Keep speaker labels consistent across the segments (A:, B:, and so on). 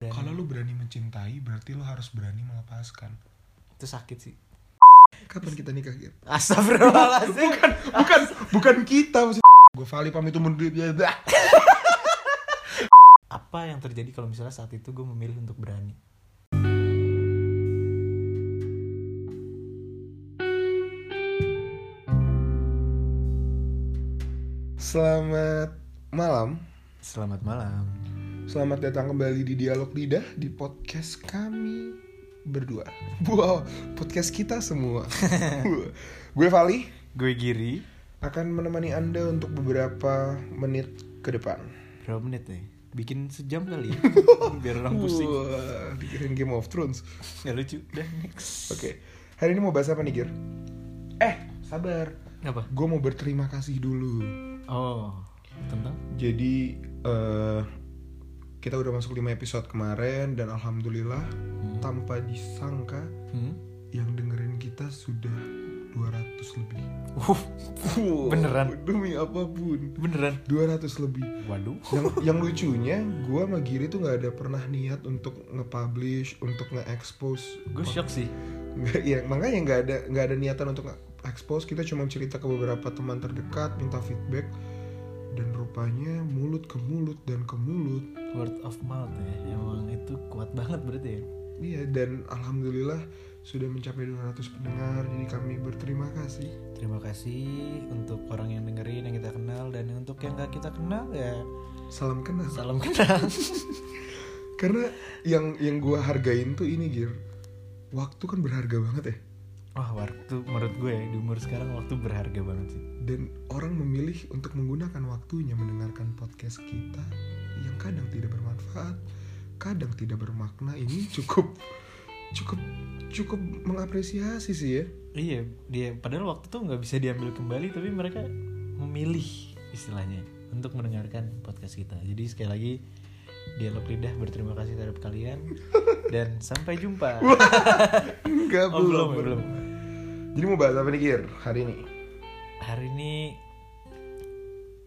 A: Dan
B: Kalau lu berani mencintai, berarti lu harus berani melepaskan.
A: itu sakit sih.
B: Kapan kita nikah gitu?
A: Astagfirullahaladzim.
B: Bukan, bukan, bukan kita maksud. Gue valid pamit umur dia. dah.
A: Apa yang terjadi kalau misalnya saat itu gue memilih untuk berani?
B: Selamat malam.
A: Selamat malam.
B: Selamat datang kembali di Dialog Lidah di podcast kami berdua. Wow, podcast kita semua. Gue Vali
A: Gue Giri.
B: akan menemani Anda untuk beberapa menit ke depan.
A: Berapa menit nih? Bikin sejam kali ya. Biar orang pusing.
B: Wah, dikirim Game of Thrones.
A: Gak lucu. Udah next.
B: Oke, hari ini mau bahas apa nih, Gir? Eh, sabar.
A: Apa?
B: Gue mau berterima kasih dulu.
A: Oh. Tentang?
B: Jadi, eh kita udah masuk 5 episode kemarin dan alhamdulillah tanpa disangka
A: Hmm?
B: yang dengerin kita sudah 200 lebih.
A: Uh, Beneran?
B: Demi apapun.
A: beneran.
B: 200 lebih.
A: Waduh.
B: Yang yang lucunya, gue sama Giri tuh nggak ada pernah niat untuk nge-publish, untuk nge-expose
A: Gue shock sih.
B: Nggak- ya makanya nggak ada nggak ada niatan untuk expose kita cuma cerita ke beberapa teman terdekat minta feedback dan rupanya mulut ke mulut dan ke mulut
A: Word of mouth ya. Emang itu kuat banget berarti ya.
B: iya dan alhamdulillah sudah mencapai 200 pendengar jadi kami berterima kasih
A: Terima kasih untuk orang yang dengerin yang kita kenal dan untuk yang gak kita kenal ya
B: salam kenal
A: salam kenal.
B: karena yang yang gue hargain tuh ini gir waktu kan berharga banget ya
A: Wah waktu menurut gue ya, di umur sekarang waktu berharga banget sih.
B: dan orang memilih untuk menggunakan waktunya mendengarkan podcast kita yang kadang tidak bermanfaat, kadang tidak bermakna ini cukup cukup cukup mengapresiasi sih ya.
A: Iya dia padahal waktu tuh nggak bisa diambil kembali tapi mereka memilih istilahnya untuk mendengarkan podcast kita. Jadi sekali lagi dialog lidah berterima kasih terhadap kalian dan sampai jumpa.
B: Enggak
A: Oh, belum, ya, belum.
B: Jadi mau bahas apa nih Gir hari ini?
A: Hari ini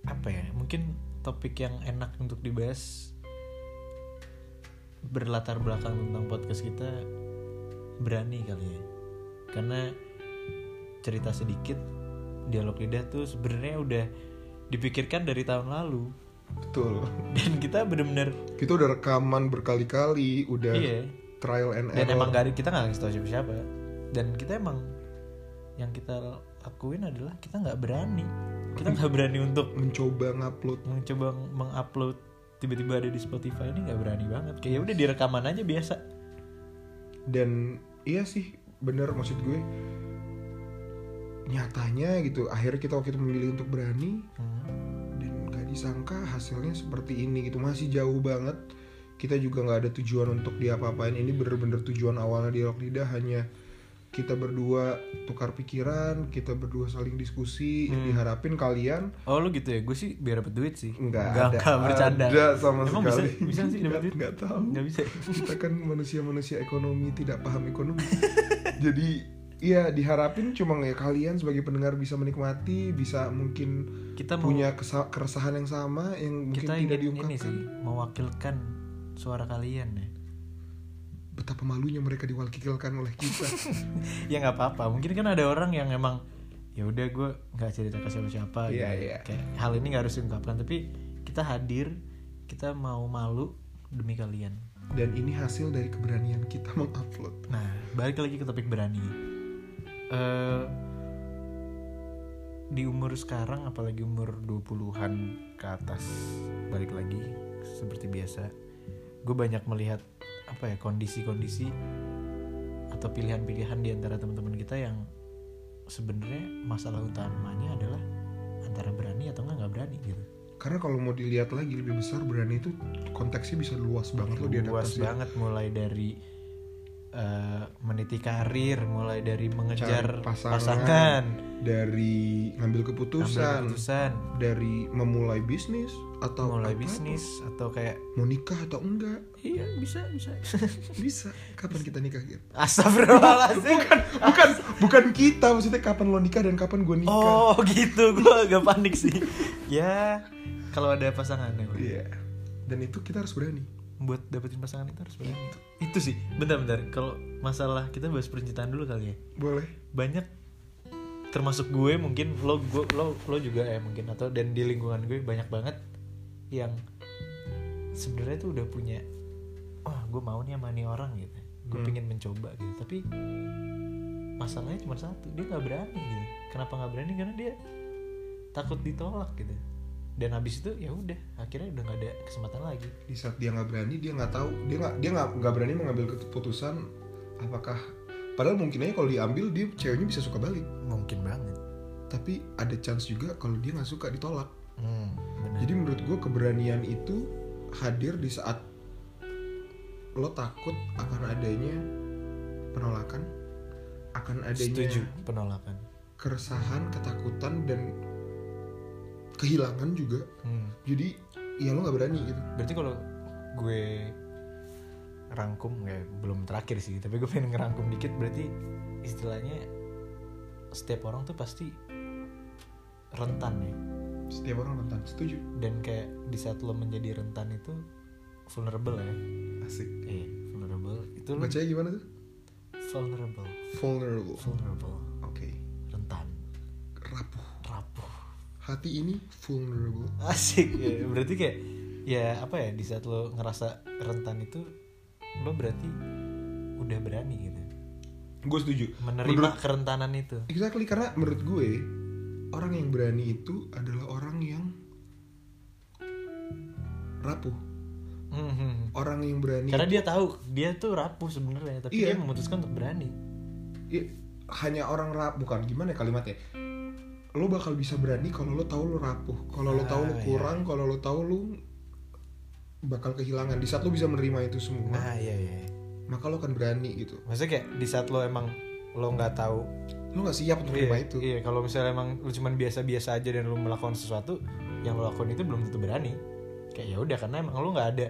A: apa ya? Mungkin topik yang enak untuk dibahas berlatar belakang tentang podcast kita berani kali ya. Karena cerita sedikit dialog lidah tuh sebenarnya udah dipikirkan dari tahun lalu
B: Betul.
A: dan kita bener-bener
B: Kita udah rekaman berkali-kali, udah
A: iya
B: trial and
A: dan
B: error.
A: emang gak ada kita nggak ngasih tau siapa siapa dan kita emang yang kita lakuin adalah kita nggak berani kita nggak berani untuk
B: mencoba ngupload
A: mencoba mengupload tiba-tiba ada di Spotify ini nggak berani banget kayak ya udah direkaman aja biasa
B: dan iya sih bener maksud gue nyatanya gitu akhirnya kita waktu itu memilih untuk berani
A: Hmm.
B: dan gak disangka hasilnya seperti ini gitu masih jauh banget kita juga nggak ada tujuan untuk diapa-apain ini bener-bener tujuan awalnya dialog lidah hanya kita berdua tukar pikiran kita berdua saling
A: Hmm.
B: diskusi yang diharapin kalian
A: oh lu gitu ya gue sih biar dapet duit sih
B: nggak
A: nggak
B: ada
A: nggak, bercanda
B: ada sama
A: emang
B: sekali
A: bisa bisa sih dapet
B: Nggak-
A: duit
B: nggak tahu
A: nggak bisa
B: kita kan manusia-manusia ekonomi tidak paham ekonomi jadi ya diharapin cuma ya kalian sebagai pendengar bisa menikmati bisa mungkin
A: kita mau
B: punya kesa- keresahan yang sama yang mungkin
A: Oh. kita ingin
B: tidak
A: ini
B: diungkapkan
A: sih mewakilkan suara kalian ya
B: betapa malunya mereka diwakilkan oleh kita
A: ya nggak apa-apa mungkin kan ada orang yang emang ya udah gue nggak cerita ke siapa-siapa
B: Iya,
A: gitu.
B: iya.
A: kayak hal ini nggak harus diungkapkan tapi kita hadir kita mau malu demi kalian
B: dan ini hasil dari keberanian kita mengupload
A: Nah, balik lagi ke topik berani. eh di umur sekarang apalagi umur 20-an ke atas, balik lagi seperti biasa. Gue banyak melihat apa ya kondisi-kondisi atau pilihan-pilihan di antara teman-teman kita yang sebenarnya masalah utamanya adalah antara berani atau nggak nggak berani gitu.
B: karena kalau mau dilihat lagi lebih besar berani itu konteksnya bisa luas banget loh
A: luas
B: diadaptasi
A: banget mulai dari eh, meniti karir mulai dari mengejar
B: Cari pasangan,
A: pasangan
B: dari ngambil
A: ambil
B: keputusan
A: keputusan
B: dari memulai bisnis atau
A: mulai
B: apa,
A: bisnis atau kayak
B: mau nikah atau enggak
A: iya bisa bisa
B: bisa kapan kita nikah gitu
A: astagfirullahaladzim
B: bukan bukan kita maksudnya kapan lo nikah dan kapan gue nikah
A: oh gitu gue agak panik sih ya kalau ada pasangannya
B: iya dan itu kita harus berani
A: buat dapetin pasangan itu harus begini itu sih bentar-bentar kalau masalah kita bahas percintaan dulu kali ya
B: boleh
A: banyak termasuk gue mungkin lo gue lo lo juga ya mungkin atau dan di lingkungan gue banyak banget yang sebenarnya tuh udah punya wah gue mau nih sama nih orang gitu gue
B: Hmm.
A: pengen mencoba gitu tapi masalahnya cuma satu dia nggak berani gitu kenapa nggak berani karena dia takut ditolak gitu dan habis itu ya udah akhirnya udah nggak ada kesempatan lagi
B: di saat dia nggak berani dia nggak tahu dia nggak dia nggak nggak berani mengambil keputusan apakah padahal mungkin aja kalau diambil dia ceweknya bisa suka balik
A: mungkin banget
B: tapi ada chance juga kalau dia nggak suka ditolak
A: hmm, bener.
B: jadi menurut gue keberanian itu hadir di saat lo takut akan adanya penolakan akan adanya
A: setuju penolakan
B: keresahan ketakutan dan kehilangan juga
A: hmm.
B: jadi ya lo nggak berani gitu
A: berarti kalau gue rangkum ya belum terakhir sih tapi gue pengen ngerangkum dikit berarti istilahnya setiap orang tuh pasti rentan ya
B: setiap orang rentan setuju
A: dan kayak di saat lo menjadi rentan itu vulnerable ya
B: asik
A: eh vulnerable itu lo
B: bacanya gimana tuh
A: vulnerable
B: vulnerable oke
A: vulnerable rentan
B: rapuh
A: rapuh
B: hati ini vulnerable
A: asik ya berarti kayak ya apa ya di saat lo ngerasa rentan itu lo berarti udah berani gitu
B: gue setuju
A: menerima kerentanan itu
B: Exactly karena menurut gue orang yang berani itu adalah orang yang rapuh,
A: Mhm.
B: orang yang berani
A: Karena dia tahu dia tuh rapuh sebenarnya, tapi
B: Iya.
A: dia memutuskan untuk berani.
B: Iya, hanya orang rapuh bukan gimana ya kalimatnya. Lo bakal bisa berani kalau lo tahu lo rapuh, kalau lo
A: Ah,
B: tahu lo
A: iya.
B: kurang, kalau lo tahu lo bakal kehilangan. Di saat lo bisa menerima itu semua,
A: Nah, iya iya.
B: maka lo akan berani gitu.
A: Maksudnya kayak di saat lo emang lo nggak tahu
B: Lo nggak siap untuk menerima
A: iya,
B: itu.
A: Iya, kalau misalnya emang lo cuman biasa-biasa aja dan lo melakukan sesuatu yang lo lakukan itu belum tentu berani. Kayak ya udah karena emang lo nggak ada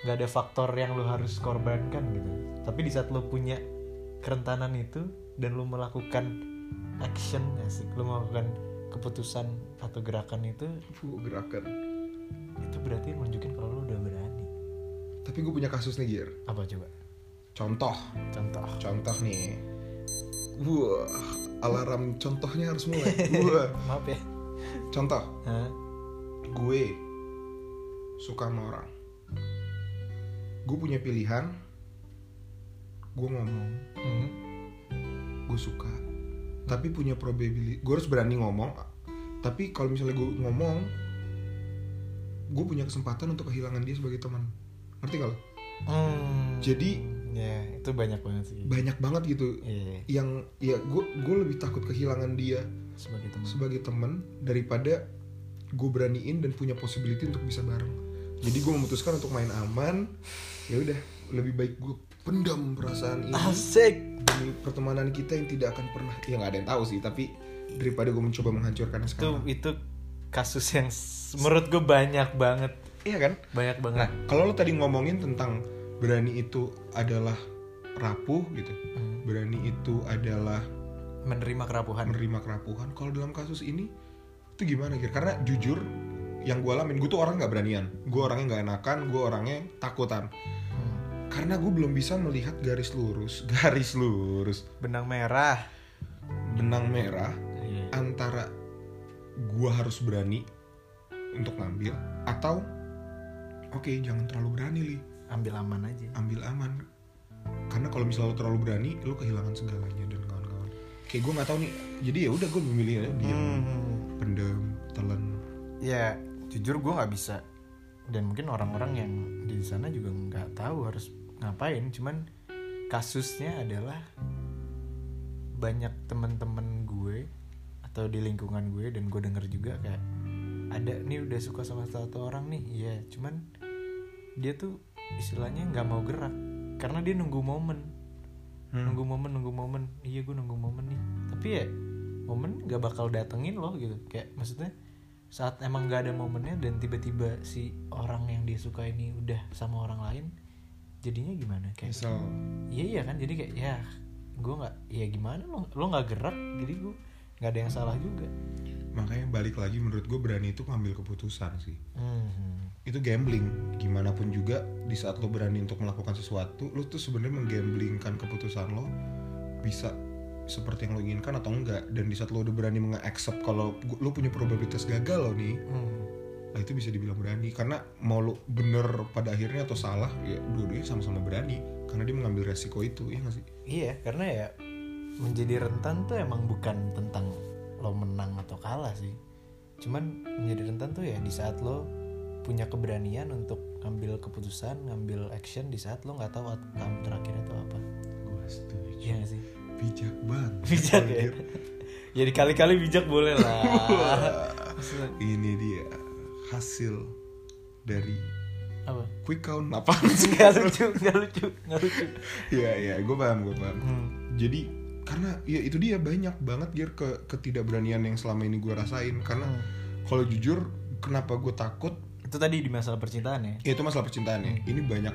A: nggak ada faktor yang lo harus korbankan gitu. Tapi di saat lo punya kerentanan itu dan lo melakukan action asik, lo melakukan keputusan atau gerakan itu
B: Fuh, gerakan.
A: itu berarti nunjukin kalau lo udah berani.
B: Tapi gue punya kasus nih, Gir.
A: Apa coba?
B: Contoh,
A: Contoh.
B: contoh nih. Wah, alarm contohnya harus mulai. Wah,
A: Maaf ya.
B: contoh, gue suka sama orang. Gue punya pilihan. Gue ngomong,
A: Hmm.
B: gue suka tapi punya probability gue harus berani ngomong tapi kalau misalnya gue ngomong gue punya kesempatan untuk kehilangan dia sebagai teman ngerti gak lo Jadi-
A: Hmm. ya itu banyak banget sih.
B: banyak banget gitu
A: Iya,
B: yang ya gue gue lebih takut kehilangan dia
A: sebagai teman.
B: sebagai teman daripada gue beraniin dan punya possibility untuk bisa bareng jadi gue memutuskan untuk main aman ya udah lebih baik gue pendam perasaan
A: Ah.
B: ini
A: Asik.
B: demi pertemanan kita yang tidak akan pernah ya nggak ada yang tahu sih tapi daripada gue mencoba menghancurkan
A: Itu
B: sekarang
A: itu kasus yang s- menurut gue banyak banget,
B: iya kan
A: banyak
B: nah
A: banget.
B: kalau lo tadi ngomongin tentang berani itu adalah rapuh gitu
A: Hmm.
B: berani itu adalah
A: Menerima kerapuhan.
B: menerima kerapuhan kalau dalam kasus ini itu gimana kira karena jujur yang gue alamin gue tuh orang nggak beranian gue orangnya nggak enakan gue orangnya takutan
A: Hmm.
B: karena gue belum bisa melihat garis lurus garis lurus
A: Benang merah.
B: benang merah
A: Iya.
B: antara gua harus berani untuk ngambil atau oke jangan terlalu berani li
A: Ambil aman aja.
B: ambil aman karena kalau misalnya lo terlalu berani lo kehilangan segalanya dan kawan-kawan kayak gue nggak tahu nih jadi ya udah gue memilih ya diam
A: Hmm.
B: pendem telan
A: Ya jujur gue nggak bisa dan mungkin orang-orang yang di sana juga nggak tahu harus ngapain. Cuman kasusnya adalah banyak temen-temen gue atau di lingkungan gue dan gue denger juga kayak ada nih udah suka sama satu orang nih ya cuman dia tuh istilahnya nggak mau gerak karena dia nunggu momen nunggu momen nunggu momen iya gue nunggu momen nih tapi ya momen gak bakal datengin loh gitu kayak maksudnya saat emang gak ada momennya dan tiba-tiba si orang yang dia suka ini udah sama orang lain jadinya gimana kayak
B: misal
A: iya iya kan jadi kayak ya gue nggak ya gimana lo lo nggak gerak jadi gue nggak ada yang salah juga
B: makanya balik lagi menurut gue berani itu ngambil keputusan sih
A: Mhm.
B: itu gambling gimana pun juga di saat lo berani untuk melakukan sesuatu lo tuh sebenarnya menggamblingkan keputusan lo bisa seperti yang lo inginkan atau enggak dan di saat lo udah berani menge-accept kalau gu- lo punya probabilitas gagal lo nih
A: Mhm.
B: nah itu bisa dibilang berani karena mau lo bener pada akhirnya atau salah ya dua-duanya sama-sama berani karena dia mengambil resiko itu ya nggak sih
A: Iya, karena ya menjadi rentan tuh emang bukan tentang lo menang atau kalah sih. Cuman menjadi rentan tuh ya di saat lo punya keberanian untuk ngambil keputusan, ngambil action di saat lo nggak tahu outcome terakhirnya tuh apa.
B: gue setuju
A: Iya nggak sih?
B: bijak banget
A: Bijak ya. ya dikali-kali bijak boleh lah.
B: ya?
A: Maksudnya,
B: ini dia hasil dari
A: apa?
B: quick count apaan sih
A: Gak lucu, gak lucu, gak lucu.
B: Iya iya, gue paham gue paham.
A: Hmm.
B: Jadi karena ya itu dia banyak banget gear ke ketidakberanian yang selama ini gue rasain karena
A: Hmm.
B: kalau jujur kenapa gue takut
A: Itu tadi di masalah percintaan ya.
B: ya itu masalah percintaan ya. Ini banyak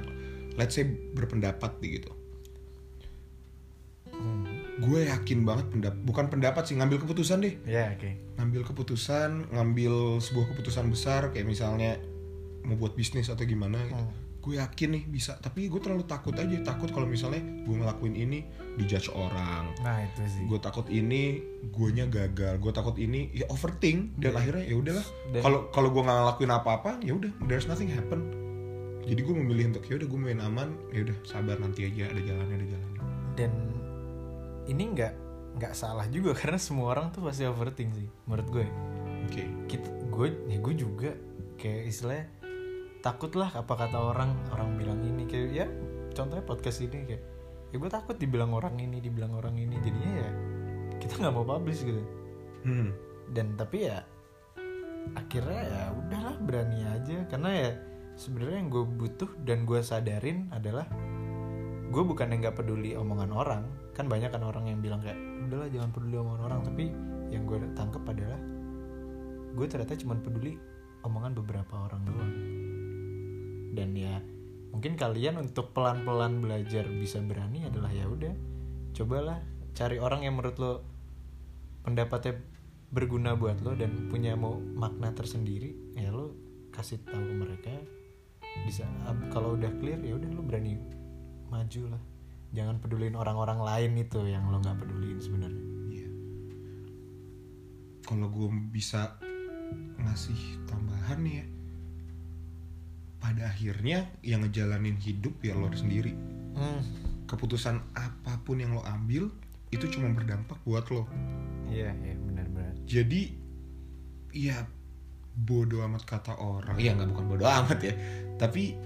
B: let's say berpendapat nih gitu.
A: Hmm.
B: Gue yakin banget pendap bukan pendapat sih ngambil keputusan deh.
A: Ya oke.
B: Ngambil keputusan, ngambil sebuah keputusan besar kayak misalnya mau buat bisnis atau gimana gitu.
A: Hmm.
B: Gue yakin nih bisa, tapi gue terlalu takut aja, takut kalau misalnya gue ngelakuin ini dijudge orang.
A: Nah itu sih.
B: gue takut ini guanya gagal gue takut ini ya overthink dan
A: Iya.
B: akhirnya ya udahlah
A: Dan-
B: kalau kalau gue nggak ngelakuin apa-apa ya udah there's nothing happen jadi gue memilih untuk ya udah gue main aman ya udah sabar nanti aja ada jalannya ada jalannya
A: dan ini nggak nggak salah juga karena semua orang tuh pasti overthink sih menurut gue
B: oke
A: kita gue ya gue juga kayak istilahnya takutlah apa kata orang orang bilang ini kayak ya contohnya podcast ini kayak ya gue takut dibilang orang ini dibilang orang ini jadinya ya kita nggak mau publish gitu
B: hmm.
A: dan tapi ya akhirnya ya udahlah berani aja karena ya sebenarnya yang gue butuh dan gue sadarin adalah gue bukan yang nggak peduli omongan orang kan banyak kan orang yang bilang kayak udahlah jangan peduli omongan orang tapi yang gue tangkep adalah gue ternyata cuma peduli omongan beberapa orang doang dan ya mungkin kalian untuk pelan-pelan belajar bisa berani adalah ya udah cobalah cari orang yang menurut lo pendapatnya berguna buat lo dan punya mau makna tersendiri ya lo kasih tahu ke mereka bisa kalau udah clear ya udah lo berani maju lah jangan pedulin orang-orang lain itu yang lo nggak pedulin sebenarnya
B: Iya. kalau gue bisa ngasih tambahan nih ya pada akhirnya yang ngejalanin hidup ya lo sendiri
A: hmm
B: keputusan apapun yang lo ambil itu cuma berdampak buat lo
A: iya iya benar-benar
B: jadi ya bodoh amat kata orang ya nggak bukan bodoh amat ya tapi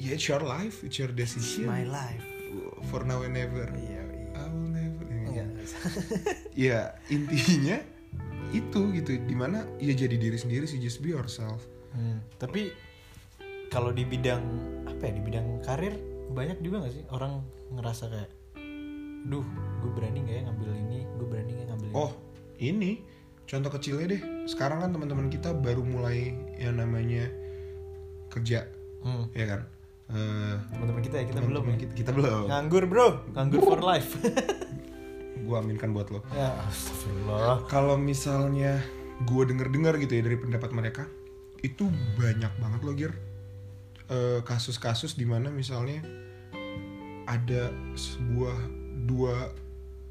B: ya it's your life it's your decision
A: my life
B: for now and never
A: iya iya
B: I will never Iya.
A: Enggak.
B: ya intinya itu gitu dimana ya jadi diri sendiri sih just be yourself
A: Hmm, tapi kalau di bidang apa ya di bidang karir banyak juga gak sih orang ngerasa kayak duh gue berani nggak ya ngambil ini gue berani nggak ngambil ini
B: oh ini contoh kecilnya deh sekarang kan teman-teman kita baru mulai yang namanya kerja
A: Hmm,
B: ya kan Eh,
A: teman-teman kita ya kita belum
B: teman-teman
A: ya.
B: kita, kita belum
A: nganggur bro nganggur for life
B: gue aminkan buat lo
A: ya astagfirullah
B: kalau misalnya gue denger-dengar gitu ya dari pendapat mereka itu banyak banget loh Gir Eh, kasus-kasus dimana misalnya ada sebuah dua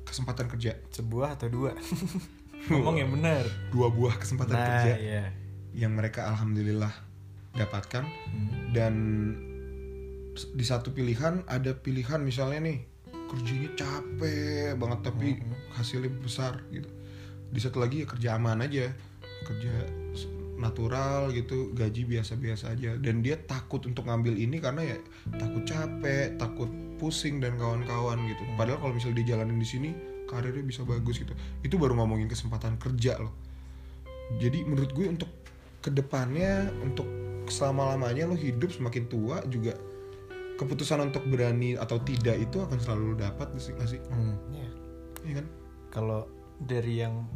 B: kesempatan kerja
A: sebuah atau dua ngomong yang benar
B: dua buah kesempatan
A: nah
B: kerja
A: iya
B: yang mereka alhamdulillah dapatkan
A: Hmm.
B: dan di satu pilihan ada pilihan misalnya nih kerjanya capek banget tapi hasilnya besar gitu di satu lagi ya kerja aman aja kerja s- natural gitu gaji biasa-biasa aja dan dia takut untuk ngambil ini karena ya takut capek takut pusing dan kawan-kawan gitu padahal kalau misalnya dia jalanin di sini karirnya bisa bagus gitu itu baru ngomongin kesempatan kerja loh jadi menurut gue untuk kedepannya untuk selama lamanya lo hidup semakin tua juga keputusan untuk berani atau tidak itu akan selalu lo dapat sih nggak sih
A: Hmm, iya.
B: Iya kan
A: kalau dari yang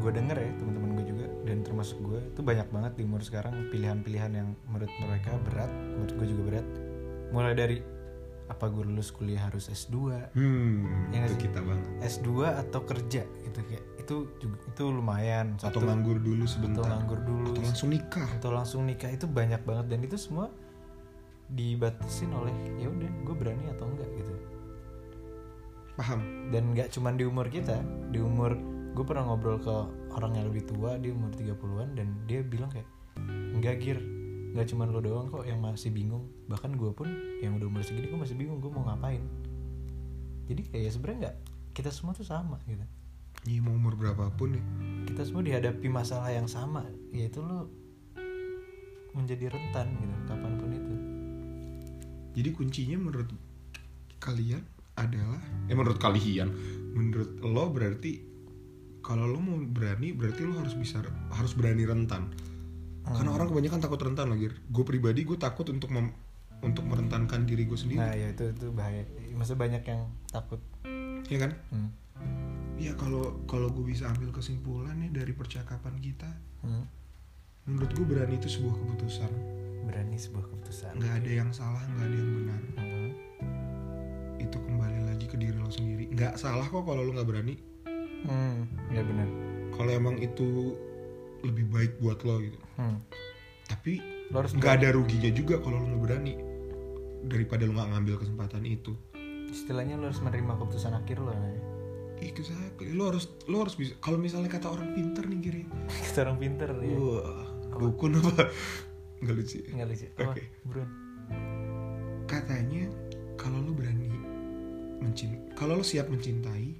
A: gue denger ya teman-teman gue juga dan termasuk gue itu banyak banget di umur sekarang pilihan-pilihan yang menurut mereka berat menurut gue juga berat mulai dari apa gue lulus kuliah harus S2
B: hmm
A: Ya nggak
B: itu
A: sih?
B: kita banget
A: S2 atau kerja gitu kayak itu juga- itu lumayan
B: atau
A: Satu-
B: nganggur dulu
A: atau
B: sebentar
A: nganggur dulu iya.
B: atau langsung nikah
A: atau langsung nikah itu banyak banget dan itu semua dibatasin oleh ya udah gue berani atau enggak gitu
B: paham
A: dan nggak cuman di umur kita di umur gue pernah ngobrol ke orang yang lebih tua di umur 30-an dan dia bilang kayak nggak gir nggak cuman lo doang kok yang masih bingung bahkan gue pun yang udah umur segini gue masih bingung gue mau ngapain jadi kayak ya sebenarnya nggak kita semua tuh sama gitu
B: Iya mau umur berapapun ya
A: kita semua dihadapi masalah yang sama yaitu lo menjadi rentan gitu kapanpun itu
B: Jadi kuncinya menurut kalian adalah eh menurut kalian menurut lo berarti kalau lo mau berani berarti lo harus bisa harus berani rentan. Karena orang kebanyakan takut rentan lagi. Gue pribadi gue takut untuk mem- untuk merentankan diri gue sendiri.
A: nah ya itu itu bahaya masa banyak yang takut
B: Ya kan?
A: Hmm.
B: Iya kalau kalau gue bisa ambil kesimpulan nih dari percakapan kita,
A: Hmm.
B: menurut gue berani itu sebuah keputusan.
A: berani sebuah keputusan
B: Nggak ada yang salah, nggak ada yang benar.
A: Hmm.
B: Itu kembali lagi ke diri lo sendiri. Nggak salah kok kalau lo nggak berani.
A: Hmm, ya benar.
B: kalau emang itu lebih baik buat lo gitu
A: Hmm.
B: tapi
A: Lo harus
B: nggak ada ruginya juga kalau lo nggak berani daripada lo nggak ngambil kesempatan itu
A: istilahnya lo harus menerima keputusan akhir lo. ya. Nay.
B: exactly lo harus lo harus bisa kalau misalnya kata orang pinter nih kiri
A: Kita orang pinter ya.
B: wah dukun apa nggak lucu ya?
A: Enggak lucu.
B: Oke.
A: Apa? Brun.
B: katanya kalau lo berani mencintai kalau lo siap mencintai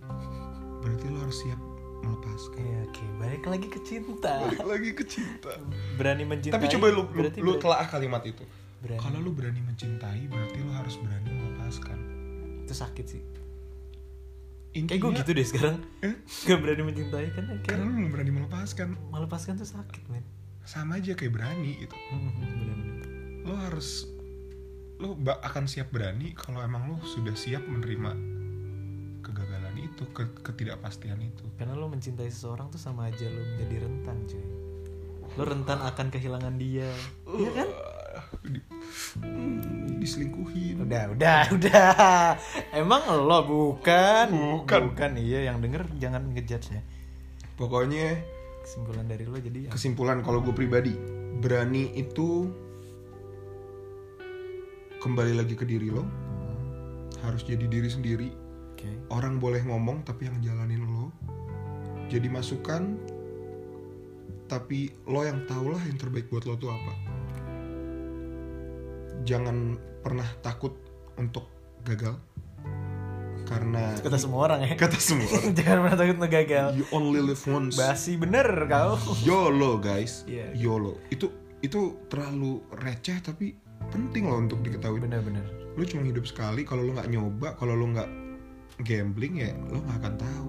B: berarti lo harus siap melepaskan
A: Iya, oke. Balik lagi ke cinta.
B: balik lagi ke cinta
A: Berani mencintai.
B: tapi coba lo
A: Iya. berarti Iya.
B: lo
A: berani-
B: telaah kalimat itu
A: berani.
B: kalau lo berani mencintai berarti lo harus berani melepaskan
A: itu sakit sih. Kayak
B: Intinya,
A: gue gitu deh sekarang.
B: Iya. Eh?
A: Gak berani mencintai kan
B: Karena
A: kayak
B: lu belum berani melepaskan
A: melepaskan tuh sakit, men.
B: Sama aja kayak berani gitu
A: Hmm, benar-benar.
B: Lo harus Lo ba- akan siap berani Kalau emang lo sudah siap menerima Kegagalan itu ke- Ketidakpastian itu
A: Karena lo mencintai seseorang tuh sama aja lo menjadi rentan, cuy. Lo rentan akan kehilangan dia. Iya kan?
B: Wah, di- hmm, Diselingkuhin
A: Udah, udah, udah. Emang lo bukan.
B: Bukan.
A: Bukan, iya yang denger jangan ngejudge ya.
B: Pokoknya
A: Kesimpulan dari lo jadi ya.
B: kesimpulan kalau gue pribadi Berani itu Kembali lagi ke diri lo
A: Hmm,
B: Harus jadi diri sendiri
A: Oke.
B: orang boleh ngomong tapi yang jalanin lo jadi masukan tapi lo yang tahulah yang terbaik buat lo tuh apa jangan pernah takut untuk gagal karena
A: Kata semua orang ya.
B: kata semua orang,
A: jangan pernah takut untuk gagal.
B: you only live once
A: Basi bener kau.
B: YOLO guys
A: Iya.
B: YOLO itu itu terlalu receh tapi penting loh untuk diketahui
A: Bener-bener.
B: lu cuma hidup sekali kalau lu nggak nyoba kalau lu nggak gambling ya lu nggak akan tahu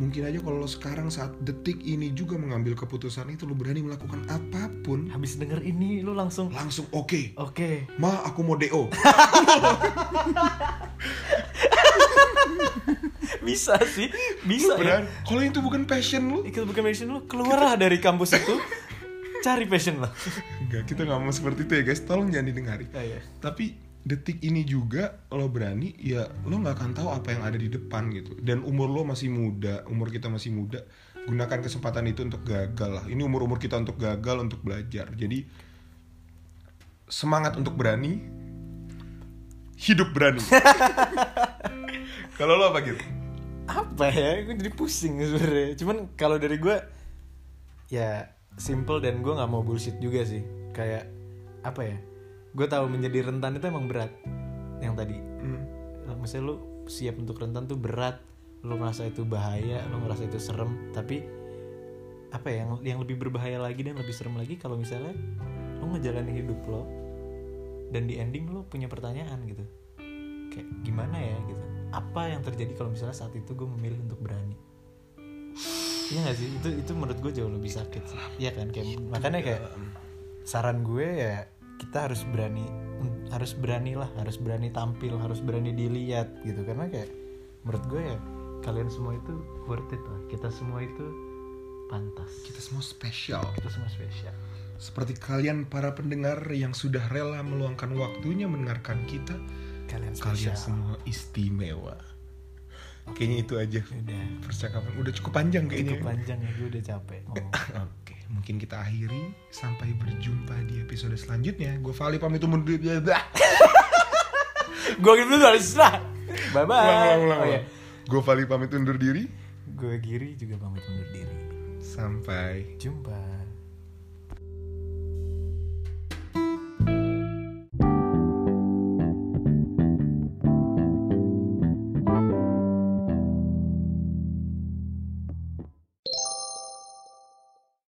B: mungkin aja kalau lo sekarang saat detik ini juga mengambil keputusan itu lu berani melakukan apapun
A: Habis denger ini lo langsung
B: langsung oke
A: Oke,
B: ma aku mau do
A: bisa sih, bisa ya.
B: Beneran. kalau itu bukan passion lu
A: Ikut bukan passion lo, keluarlah dari kampus itu, cari passion lo.
B: enggak kita nggak mau seperti itu ya guys tolong jangan didengari
A: Ah, iya.
B: tapi detik ini juga lo berani ya lo nggak akan tahu apa yang ada di depan gitu dan umur lo masih muda umur kita masih muda gunakan kesempatan itu untuk gagal lah ini umur umur kita untuk gagal untuk belajar jadi semangat untuk berani hidup berani kalau lo apa gitu
A: apa ya gue jadi pusing sebenarnya cuman kalau dari gue ya simple dan gue nggak mau bullshit juga sih kayak apa ya gue tahu menjadi rentan itu emang berat yang tadi
B: Hmm,
A: misalnya Eh, lu siap untuk rentan tuh berat lu merasa itu bahaya lu merasa itu serem tapi apa ya yang yang lebih berbahaya lagi dan lebih serem lagi kalau misalnya lu ngejalanin hidup lo dan di ending lu punya pertanyaan gitu kayak gimana ya gitu apa yang terjadi kalau misalnya saat itu gue memilih untuk berani Iya gak sih itu itu menurut gue jauh lebih sakit sih Iya kan kayak makanya kayak saran gue ya kita harus berani harus berani lah harus berani tampil harus berani dilihat gitu karena kayak menurut gue ya kalian semua itu worth it lah kita semua itu pantas
B: kita semua spesial
A: kita semua spesial
B: Seperti kalian para pendengar yang sudah rela meluangkan waktunya mendengarkan kita,
A: kalian
B: Kalian
A: spesial
B: semua istimewa. Kayaknya itu aja
A: udah
B: percakapan. Udah cukup panjang kayaknya.
A: cukup panjang ya gue udah capek ngomong.
B: Oke, mungkin kita akhiri sampai berjumpa di episode selanjutnya. Gue Vali pamit undur diri.
A: gue gitu dulu harus lah bye bye
B: Ulang, ulang, ulang,
A: Oh, iya.
B: ulang. Gue Vali pamit undur diri.
A: gue giri juga pamit undur diri
B: Sampai
A: jumpa